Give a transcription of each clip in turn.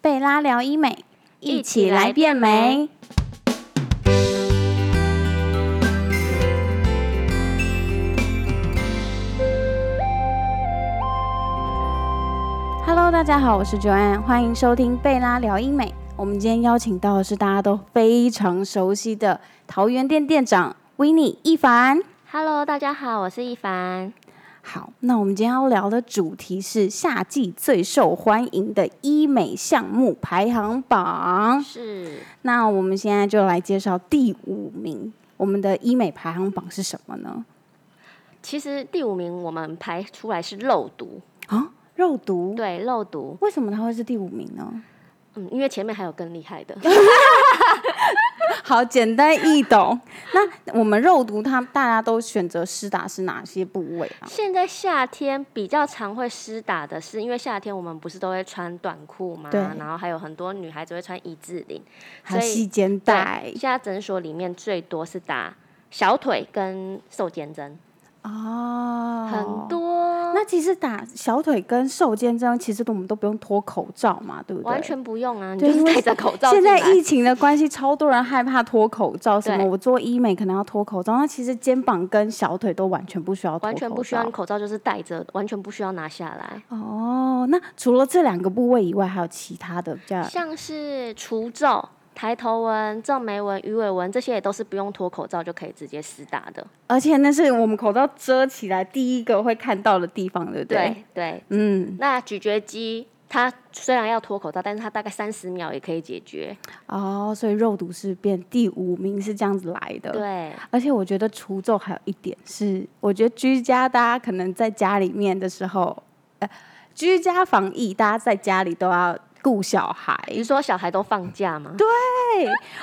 贝拉聊医美，一起来变美。 Hello，大家好，我是 Joanne，欢迎收听贝拉聊医美。我们今天邀请到的是大家都非常熟悉的桃园店店长 w i n n i 一凡。 Hello，大家好，我是一凡。好，那我们今天要聊的主题是夏季最受欢迎的医美项目排行榜。是那我们现在就来介绍第五名，我们的医美排行榜是什么呢？其实第五名我们排出来是肉毒，啊，肉毒。对，肉毒，为什么它会是第五名呢？嗯，因为前面还有更厉害的，好简单易懂。 那我们肉毒它大家都选择施打是哪些部位啊？现在夏天比较常会施打的是，因为夏天我们不是都会穿短裤嘛，对然后还有很多女孩子会穿一字领，还有所以细肩带对，现在诊所里面最多是打小腿跟瘦肩针，哦，很。多，那其实打小腿跟瘦肩这样，其实我们都不用脱口罩嘛，对不对？完全不用啊，你对就是因为戴着口罩现进来。在疫情的关系，超多人害怕脱口罩，什么对我做医美可能要脱口罩，那其实肩膀跟小腿都完全不需要脱口罩，完全不需要，你口罩就是戴着，完全不需要拿下来。哦，那除了这两个部位以外，还有其他的比较像是除皱、抬头纹、皱眉纹、鱼尾纹这些也都是不用脱口罩就可以直接施打的。而且那是我们口罩遮起来第一个会看到的地方，对不对？对，嗯，那咀嚼肌它虽然要脱口罩，但是它大概三十秒也可以解决。哦，所以肉毒是变第五名是这样子来的。。对，而且我觉得除皱还有一点是，我觉得居家大家可能在家里面的时候，呃，居家防疫，大家在家里都要顾小孩。你说小孩都放假吗？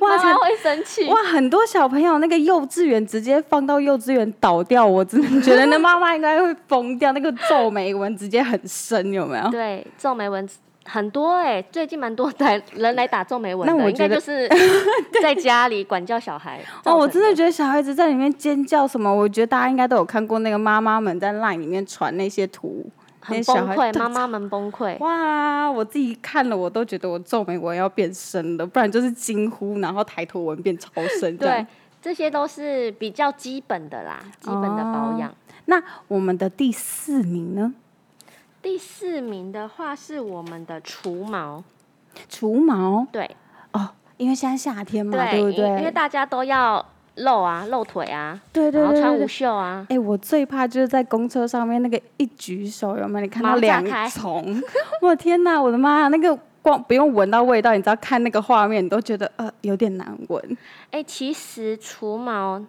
哇，妈妈啊才会生气。哇，很多小朋友那个幼稚园直接放到幼稚园倒掉，我真 的觉得那妈妈应该会疯掉，那个皱眉纹直接很深，有没 有？对，皱眉纹很多哎、最近蛮多来人来打皱眉纹的，那我应觉该得就是 在家里管教小孩。哦，我真的觉觉得小孩子在里面尖叫什么，我觉得大家应该都有看过那个妈妈们在 LINE 里面传那些图。很那小崩孩溃，对妈妈们崩溃。哇，我自己看了我都觉得我皱眉纹要变深了，不然就是惊呼，然后抬头纹变超深。这样对，，这些都是比较基本的啦，哦基本的保养。那我们的第四名呢？第四名的话是我们的除毛，除毛对哦，因为现在夏天嘛，对不因对？因为大家都要露啊、露腿啊，对对然后对穿对无对。袖啊，哎、我最怕就是在公车上面那个一举手，有没有？你看毛到炸两开重， 我天哪，我的妈呀！那个光不用闻到味道，你知道看那个画面，你都觉得呃有点难闻。哎，其实除毛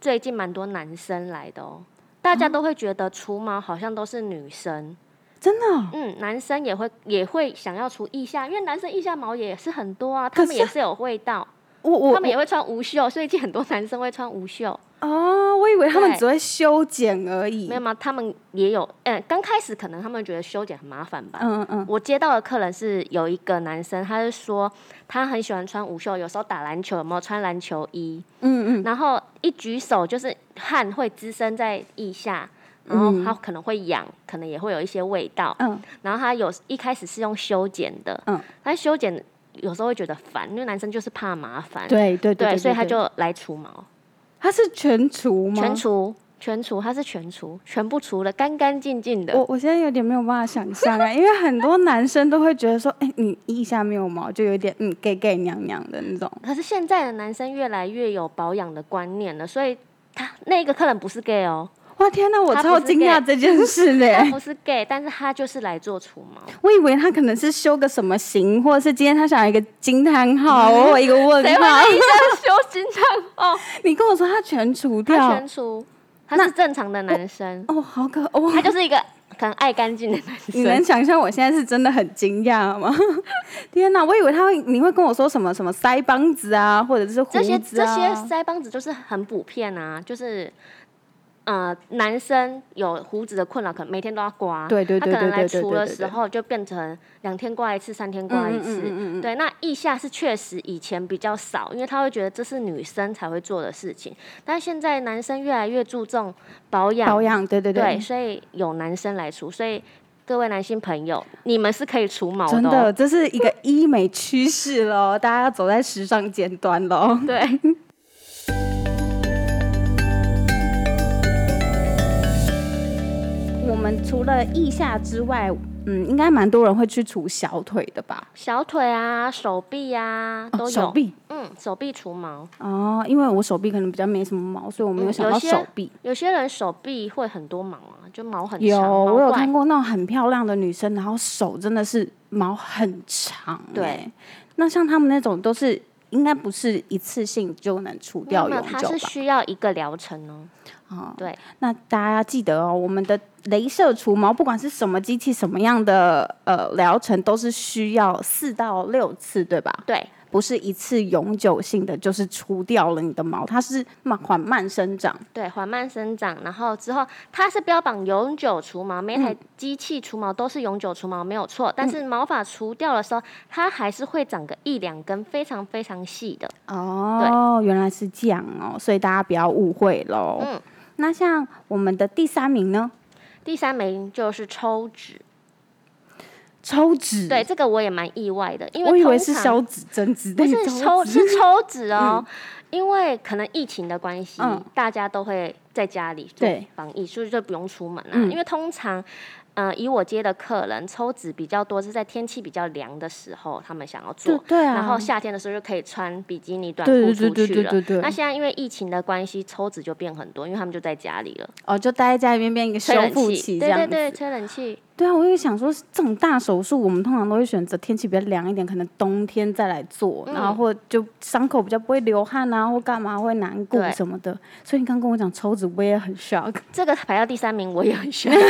最近蛮多男生来的哦。大家都会觉得除毛好像都是女生，真的哦、嗯，男生也会也会想要除腋下，因为男生腋下毛也是很多啊，可他们是也是有味道，我我他们也会穿无袖，最近很多男生会穿无袖。哦，我以为他们对只会修剪而已。没有吗？他们也有，嗯，刚开始可能他们觉得修剪很麻烦吧。嗯嗯嗯，我接到的客人是有一个男生，他是说他很喜欢穿无袖，有时候打篮球有没有穿篮球衣，嗯嗯，然后一举手就是汗会滋生在腋下，然后他可能会痒，可能也会有一些味道。嗯，然后他有一开始是用修剪的，嗯，他修剪有时候会觉得烦，因为男生就是怕麻烦，对对对，所以他就来除毛。他是全除吗？全。除，全除，它是全除，全部除了，干干净净的。我我现在有点没有办法想象啊，因为很多男生都会觉得说，哎、你腋下没有毛，就有点嗯 gay gay 娘娘的那种。可是现在的男生越来越有保养的观念了，所以他那个客人不是 gay 哦，哇天哪，我他不超是惊 gay 讶这件事 的、他不是 gay，但是他就是来做除毛。我以为他可能是修个什么型，或者是今天他想要一个惊叹号或一个问嗯谁会号在。医生修心脏哦？ 你跟我说他全除 他掉全，除，他是正常的男生，哦，好可哦，他就是一个很爱干净的男你能生。想象我现在是真的很惊讶吗？ 天哪，我以为他会，你会跟我说什么什么腮帮子啊，或者是胡这些子这些啊？腮帮子就是很普遍啊，就是。呃，男生有胡子的困扰，可能每天都要刮。对对对他可对对能来对除对的对时候就变成两天刮一次，三天刮一次。嗯嗯嗯嗯嗯对，那腋下是确实以前比较少，因为他会觉得这是女生才会做的事情，但现在男生越来越注重保养，保养，对对对所以有男生来除，所以各位男性朋友，你们是可以除毛真的哦、的，这是一个医美趋势喽，大家要走在时尚尖端喽。对。 我们除了腋下之外，嗯，应该蛮多人会去除小腿的吧？小腿啊、手臂啊哦都有。手臂嗯，手臂除毛。哦，因为我手臂可能比较没什么毛，所以我没有嗯想有到些手臂。有些人手臂会很多毛啊，就毛很有，长，毛我有怪看过那种很漂亮的女生，然后手真的是毛很长、对欸，那像他们那种都是应该不是一次性就能除掉没有永没有它久是吧？需要一个疗程哦。哦，对。那大家记得哦，我们的镭射除毛，不管是什么机器、什么样的呃疗程，都是需要四到六次，对吧？对，不是一次永久性的，就是除掉了你的毛，它是慢缓慢生长。对，缓慢生长，然后之后它是标榜永久除毛，每一台机器除毛都是永久除毛，没有错。嗯但是毛发除掉的时候，它还是会长个一两根，非常非常细的。哦，原来是这样哦，所以大家不要误会喽。嗯那像我们的第三名呢，第三名就是抽脂，抽脂，对，这个我也蛮意外的，因嗯为我以为通是常消脂增脂，不但 是抽脂是抽脂哦，因为可能疫情的关系，嗯大家都会在家里做对防疫，所以就不用出门啦、啊嗯因为通常，呃，以我接的客人抽脂比较多，是在天气比较凉的时候，他们想要对做。对啊，然后夏天的时候就可以穿比基尼短裤对对出对对去对了对。对，那现在因为疫情的关系，抽脂就变很多，因为他们就在家里了，哦，就待在家里面变一个修吹冷复气，期这对样对子。对，吹冷气，对啊，我也想说，这种大手术我们通常都会选择天气比较凉一点，可能冬天再来做，然后嗯或就伤口比较不会流汗啊，或干嘛会难过对什么的。所以你刚跟我讲抽脂，我也很 shock。这个排到第三名，我也很 喜哎欢。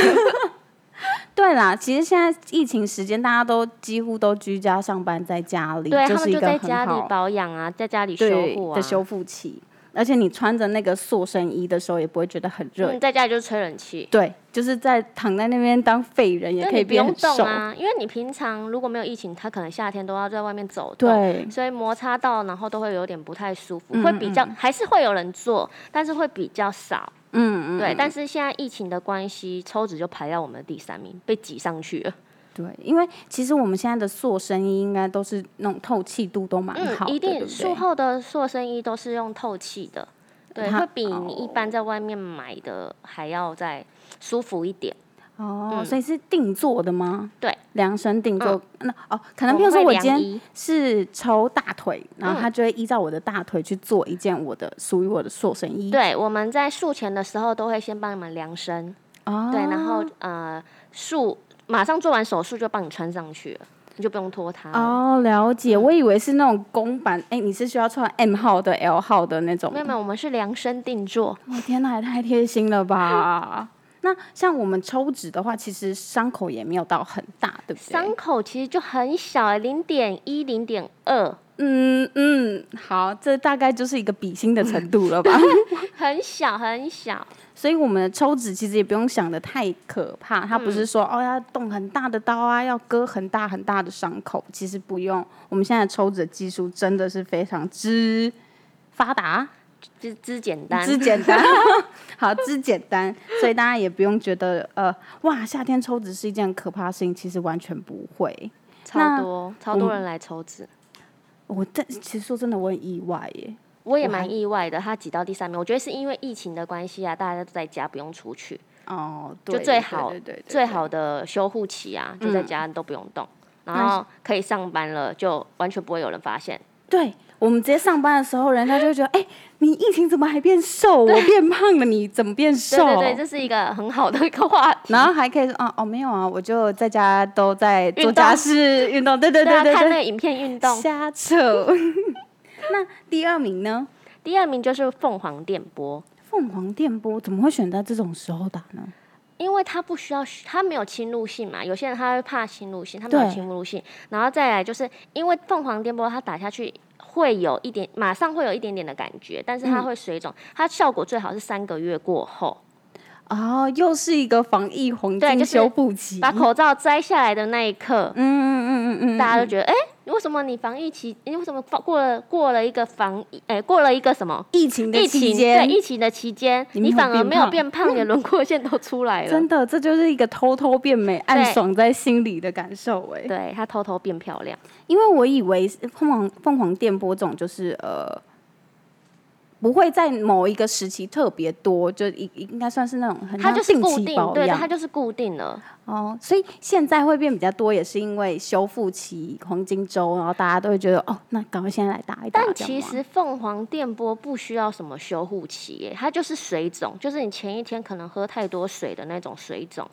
对啦，其实现在疫情时间，大家都几乎都居家上班，在家里，对这他是们一就个在很家里好保养啊，在家里修对护啊，的修复期。而且你穿着那个塑身衣的时候，也不会觉得很热。嗯，在家里就是吹冷气，对，就是在躺在那边当废人，也那可以你不变用很动瘦。啊，因为你平常如果没有疫情，他可能夏天都要在外面走动。对，所以摩擦到，然后都会有点不太舒服，嗯会比较还是会有人做，但是会比较少，嗯嗯，对。但是现在疫情的关系，抽脂就排到我们的第三名，被挤上去了。对，因为其实我们现在的塑身衣应该都是那种透气度都蛮好嗯，的，一对定不术对？后的塑身衣都是用透气的，对，它会比你一般在外面买的还要再舒服一点。哦，所以是定做的吗？嗯对，嗯量身定做。那哦，可能我比们如说会我今量天衣是抽大腿，然后嗯他就会依照我的大腿去做一件我的属于我的塑身衣。对，我们在术前的时候都会先帮你们量身，哦，对，然后呃，术马上做完手术就帮你穿上去了，你就不用脱它了。哦，了嗯解。我以为是那种公版，哎，你是需要穿 M 号的、L 号的那种没。有没有，我们是量身定做，我、天哪，也太贴心了吧！ 那像我们抽脂的话，其实伤口也没有到很大，对不对？伤口其实就很小、欸，零点一、零点二，嗯嗯，好，这大概就是一个比心的程度了吧。 很小很小。所以我们的抽脂其实也不用想的太可怕，嗯它不是说、哦要动很大的刀啊，要割很大很大的伤口，其实不用。我们现在抽脂的技术真的是非常之发达、之之简单，之简 单，好之简单，所以大家也不用觉得呃哇夏天抽脂是一件可怕的事情，其实完全不会。那超多超多人来抽脂，我但其实说真的，我很意外耶。我也我还蛮意外的，他挤到第三名。我觉得是因为疫情的关系啊，大家都在家不用出去，哦，就对最对好对对对嗯最好的修护期啊，就在家都不用动，然后可以上班了，就完全不会有人发现。对我们直接上班的时候，人家就会觉得，哎、你疫情怎么还变瘦？我变胖了，你怎么变瘦？对对对，这是一个很好的一个话题。然后还可以说，啊，哦，没有啊，我就在家都在做运动家事，运动，对 对对啊，对看那对，个影片运动。瞎扯。 那第二名呢？第二名就是凤凰电波，凤凰电波怎么会选在这种时候打呢？因为它不需要，它没有侵入性嘛。有些人他会怕侵入性，它没有对侵入性。然后再来就是因为凤凰电波，它打下去会有一点，马上会有一点点的感觉，但是它嗯会水肿。它效果最好是三个月过后，哦，又是一个防疫黄对金就是修复期。嗯把口罩摘下来的那一刻，嗯嗯嗯嗯嗯，大家都觉得哎、为什么你防疫期，你为什么过了过了一个防疫，哎、过了一个什么？疫情的疫情期对间，疫情的期间，你没你有反而变没有胖变胖，你的轮廓线都出来 了真。的，这就是一个偷偷变美、暗对爽在心里的感受哎、对她偷偷变漂亮，因为我以为是凤凰凤凰电波这种就是呃，不会在某一个时期特别多，就应应该算是那种很她像就是固期定，保对，养她就是固定了。哦，所以现在会变比较多，也是因为修复期黄金周，然后大家都会觉得哦，那赶快现在来打一打。但这样其吗实凤凰电波不需要什么修护期耶，它就是水肿，就是你前一天可能喝太多水的那种水肿，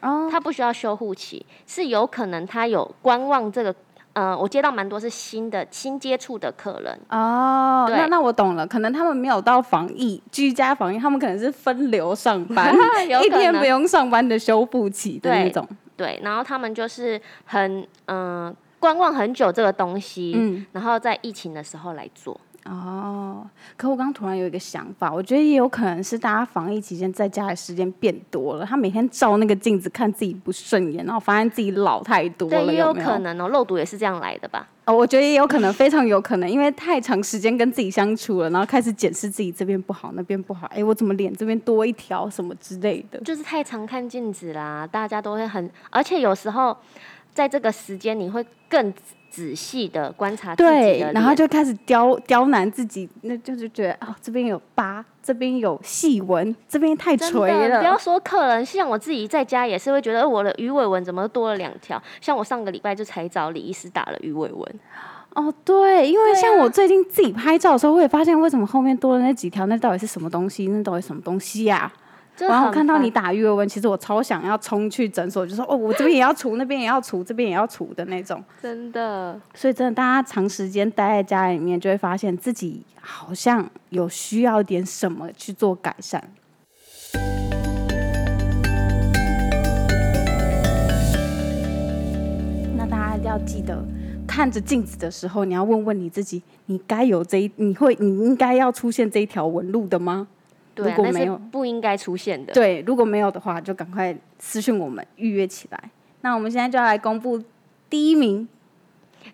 哦，它不需要修护期，是有可能他有观望这个。呃，我接到蛮多是新的新接触的客人，哦，对，那那我懂了，可能他们没有到防疫居家防疫，他们可能是分流上班 有一可天不能用上班的修复期的那对种。对，然后他们就是很嗯、呃观望很久这个东西，嗯然后在疫情的时候来做，哦，可我刚刚突然有一个想法，我觉得也有可能是大家防疫期间在家的时间变多了，他每天照那个镜子看自己不顺眼，然后发现自己老太多对，了，也有没可能哦，漏毒也是这样来的吧？哦，我觉得也有可能，非常有可能，因为太长时间跟自己相处了，然后开始检视自己这边不好，那边不好，哎，我怎么脸这边多一条什么之类的。就是太常看镜子啦，大家都会很，而且有时候在这个时间你会更仔细的观察自己的对，脸然后就开始刁刁难自己，那就是觉得哦，这边有疤，这边有细纹，这边太真垂的不要了。说客人，像我自己在家也是会觉得呃我的鱼尾纹怎么多了两条，像我上个礼拜就才找李医师打了鱼尾纹，哦，对，因为对啊像我最近自己拍照的时候，我也发现为什么后面多了那几条，那到底是什么东西？那到底什么东西呀、真的然后我很看到烦你打鱼尾纹，其实我超想要冲去诊所，就说哦，我这边也要除，那边也要除，这边也要除的那种。真的所以真的，大家长时间待在家里面，就会发现自己好像有需要点什么去做改善。那大家要记得，看着镜子的时候，你要问问你自己，你该有这一，你会，你应该要出现这一条纹路的吗？对啊、如果那没是有不应该出现的。对，如果没有的话，就赶快私讯我们预约起来。那我们现在就要来公布第一名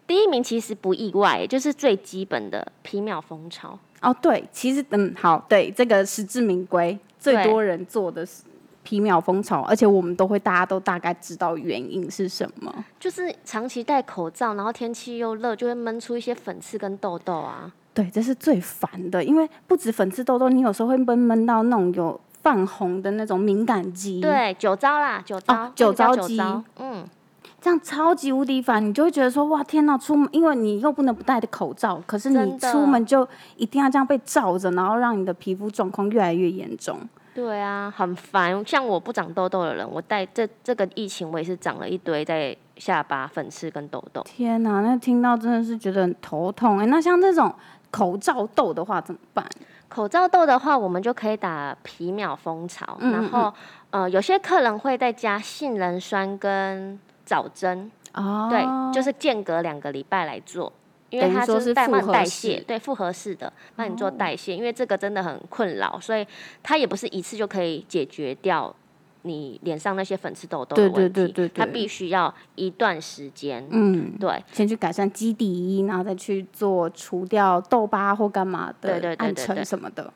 第一名其实不意外，就是最基本的皮秒风潮，哦，对，其实嗯，好，对，这个实至名归，最对多人做的是皮秒风潮，而且我们都会大家都大概知道原因是什么。就是长期戴口罩，然后天气又热，就会闷出一些粉刺跟痘痘啊。对，这是最烦的，因为不止粉刺痘痘，你有时候会闷闷到那种有泛红的那种敏感肌，，对，酒糟啦，酒糟，那个哦酒叫糟肌嗯，这样超级无敌烦，你就会觉得说哇天呐，出门因为你又不能不戴着口罩，可是你真的出门就一定要这样被罩着，然后让你的皮肤状况越来越严重。对啊，很烦。像我不长痘痘的人，我戴这这个疫情，我也是长了一堆在下巴粉刺跟痘痘。天呐，那听到真的是觉得很头痛哎、那像这种口罩痘的话怎么办？口罩痘的话，我们就可以打皮秒蜂巢，嗯嗯然后呃，有些客人会再加杏仁酸跟枣针，哦对，就是间隔两个礼拜来做。因为等于它说就是代复慢合代式哦谢，对复合式的帮你做代谢，因为这个真的很困扰，所以它也不是一次就可以解决掉你脸上那些粉刺痘痘的对问题，对对对对它必须要一段时间，嗯，对先去改善基底，然后再去做除掉痘疤或干嘛对对的对暗对沉对什么的。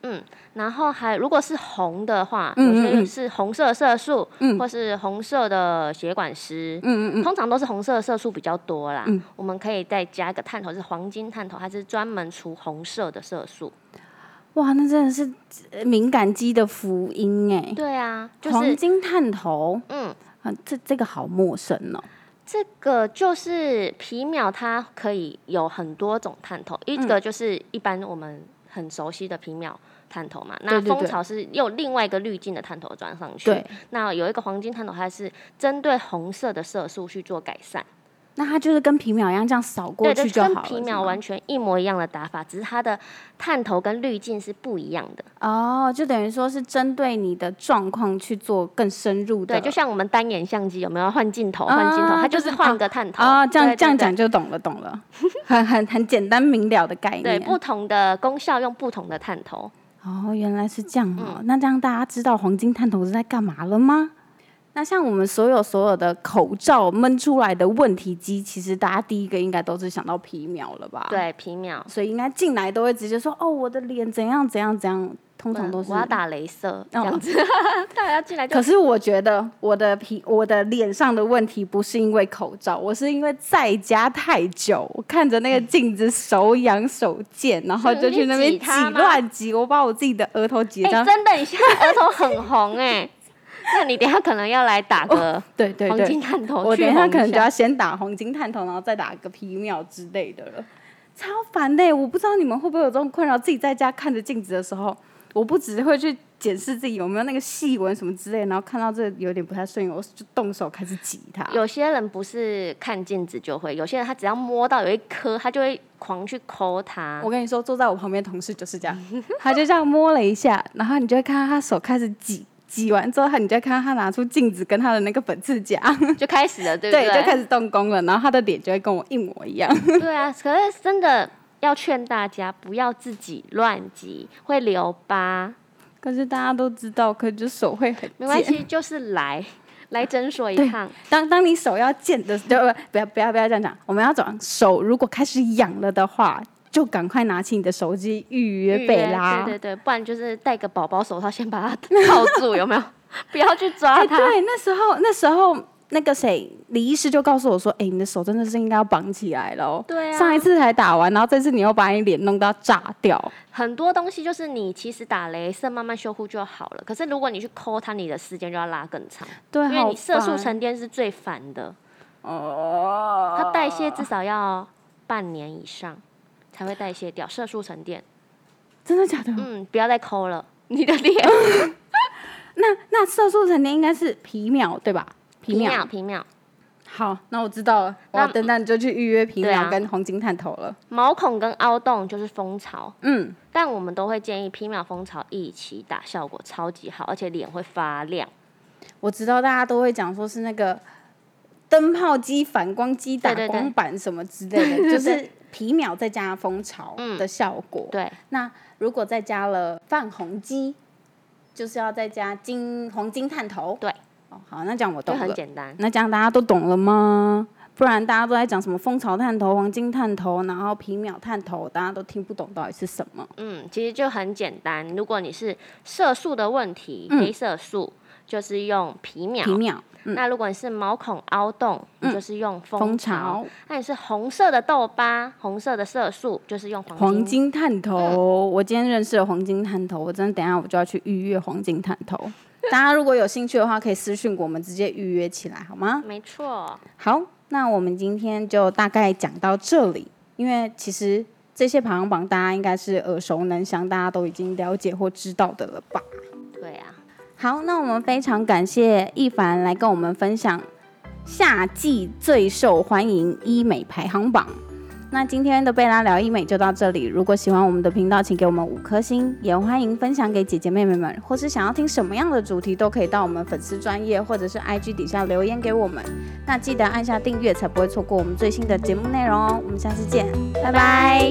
然后还如果是红的话，嗯嗯有些嗯是红色色素，嗯或是红色的血管石，嗯嗯嗯，通常都是红色的色素比较多啦。嗯我们可以再加个探头，是黄金探头，它是专门除红色的色素。哇，那真的是呃敏感肌的福音哎、对啊，就黄是金探头，嗯。啊，这这个好陌生哦。这个就是皮秒，它可以有很多种探头，一嗯个就是一般我们很熟悉的皮秒探头嘛，对那对蜂对巢是又另外一个滤镜的探头装上去，对，那有一个黄金探头，它是针对红色的色素去做改善，那它就是跟皮秒一样这样扫过对，去就就好跟了。皮是秒吗完全一模一样的打法，只是它的探头跟滤镜是不一样的。哦，就等于说是针对你的状况去做更深入的。对，就像我们单眼相机有没有换镜头？啊换镜头，它就就是是换个探头。哦，这样对这样。对讲对就懂了，懂了， 很很很简单明了的概对，念。不同的功效用不同的探头。嗯哦，原来是这样哦。那这样大家知道黄金探头是在干嘛了吗？那像我们所有所有的口罩闷出来的问题机，其实大家第一个应该都是想到皮秒了吧？，对，皮秒。所以应该进来都会直接说哦，我的脸怎样怎样怎样，通常都是哦我要打镭射这样子， 大家进来就可是我觉得我的皮、我的脸上的问题不是因为口罩，我是因为在家太久，我看着那个镜子手痒手贱，然后就去那边你挤挤它吗乱挤，我把我自己的额头挤哎、到，真的，你现在额头很红哎、那你等一下可能要来打个哦对对黄金对，探头去我等一下红可能就下要先打黄金探头，然后再打个皮秒之类的了，超烦的、我不知道你们会不会有这种困扰，自己在家看着镜子的时候，我不只会去。检视自己有没有那个细纹什么之类，然后看到这有点不太顺眼，我就动手开始挤它。有些人不是看镜子就会，有些人他只要摸到有一颗，他就会狂去抠它我。跟你说，坐在我旁边的同事就是这样， 他就这样摸了一下，然后你就会看到他手开始挤，挤完之后，你就会看到他拿出镜子跟他的那个粉刺 夹，就开始了，对不对，就开对？始动工了，然后他的脸就会跟我一模一样。对啊，可是真的要劝大家不要自己乱挤，会留疤。可是大家都知道，可就手会很没关贱。系，就是来来诊 所一对趟，当当你手要贱的，就呃不要不要不要这样讲，我们要讲手如果开始痒了的话，就赶快拿起你的手机预约贝拉。对对对，不然就是戴个宝宝手套先把它 套住，有没有？不要去抓哎，它。对，那时候那时候那个谁李医师就告诉我说，哎、你的手真的是应该要绑起来喽。对啊上一次才打完，然后这次你又把你脸弄到炸掉。很多东西就是你其实打镭射慢慢修护就好了，可是如果你去抠它，你的时间就要拉更长，对，因为好你色素烦沉淀是最烦的，哦，它代谢至少要半年以上才会代谢掉色素沉淀。真的假的？嗯，不要再抠了，你的脸那那色素沉淀应该是皮秒对吧？皮秒。秒 皮秒，好，那我知道了。那那等等你就去预约皮对秒啊跟黄金探头了。毛孔跟凹洞就是蜂巢，嗯，但我们都会建议皮秒蜂巢一起打，效果超级好，而且脸会发亮。我知道大家都会讲说是那个灯泡机、反光机、打对对对光板什么之类 的，就是皮秒再加蜂巢嗯的效果。对，那如果再加了泛红鸡，就是要再加金黄金探头。对，哦，好，那这样我就懂很了。简单。那这样大家都懂了吗？不然大家都在讲什么蜂巢探头、黄金探头，然后皮秒探头，大家都听不懂到底是什么。嗯，其实就很简单。如果你是色素的问题，黑色素就是用皮秒。嗯皮秒、嗯那如果你是毛孔凹洞，你就是用蜂蜂巢。巢、那你是红色的痘疤，红色的色素，就是用黄金。黄金探头，我今天认识了黄金探头，我真的等一下我就要去预约黄金探头。大家如果有兴趣的话，可以私讯我们直接预约起来好吗？没错，好，那我们今天就大概讲到这里，因为其实这些排行榜大家应该是耳熟能详，大家都已经了解或知道的了吧？对啊，好，那我们非常感谢一凡来跟我们分享夏季最受欢迎医美排行榜。那今天的贝拉聊医美就到这里。如果喜欢我们的频道，请给我们五颗星，也欢迎分享给姐姐妹妹们，或是想要听什么样的主题，都可以到我们粉丝专业或者是 IG 底下留言给我们。那记得按下订阅，才不会错过我们最新的节目内容哦。我们下次见，拜拜